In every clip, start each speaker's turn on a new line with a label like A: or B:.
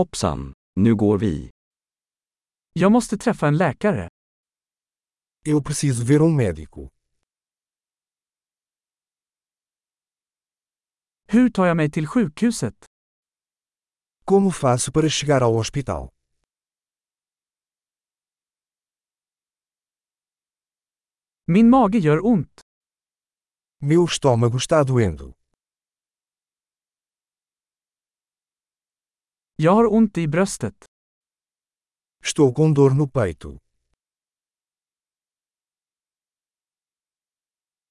A: Hoppsan, nu går vi.
B: Jag måste träffa en läkare.
C: Eu preciso ver um médico.
B: Hur tar jag mig till sjukhuset?
C: Como faço para chegar ao hospital?
B: Min mage gör ont.
C: Meu estômago está doendo.
B: Jag har ont i bröstet.
C: Estou com dor no peito.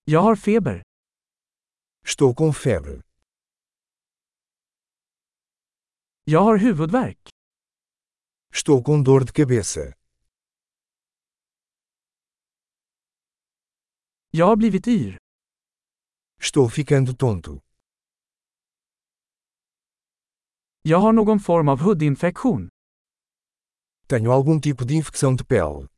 B: Jag har feber.
C: Estou com febre.
B: Jag har huvudvärk.
C: Estou com dor de cabeça.
B: Jag har blivit yr.
C: Estou ficando tonto.
B: Jag har någon form av hudinfektion.
C: Tenho algum tipo de infecção de pele.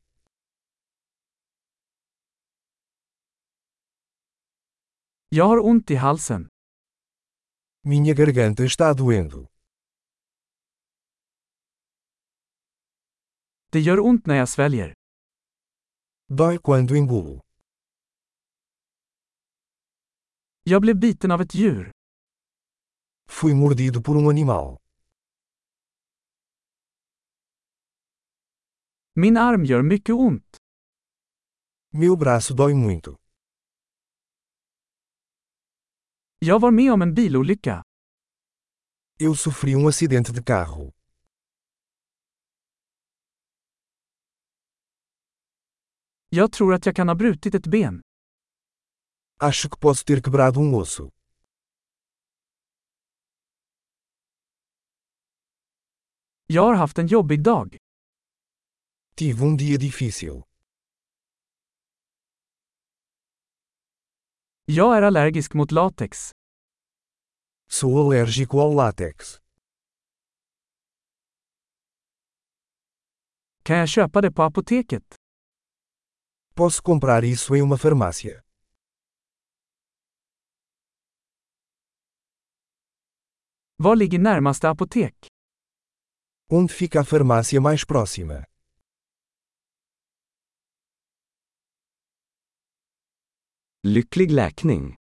B: Jag har ont i halsen.
C: Minha garganta está doendo.
B: Det gör ont när jag sväljer.
C: Dói quando engulo.
B: Jag blev biten av ett djur.
C: Fui mordido por um animal.
B: Min arm gör mycket ont.
C: Meu braço dói muito.
B: Jag var med om en bilolycka.
C: Eu sofri um acidente de carro.
B: Jag tror att jag kan ha brutit ett ben.
C: Acho que posso ter quebrado um osso.
B: Jag har haft en jobbig dag.
C: Tive um dia difícil.
B: Jag är allergisk mot latex.
C: Sou alérgico ao látex.
B: Kan jag köpa det på apoteket?
C: Posso comprar isso em uma farmácia.
B: Var ligger närmaste apotek?
C: Onde fica a farmácia mais próxima?
A: Lycklig läkning!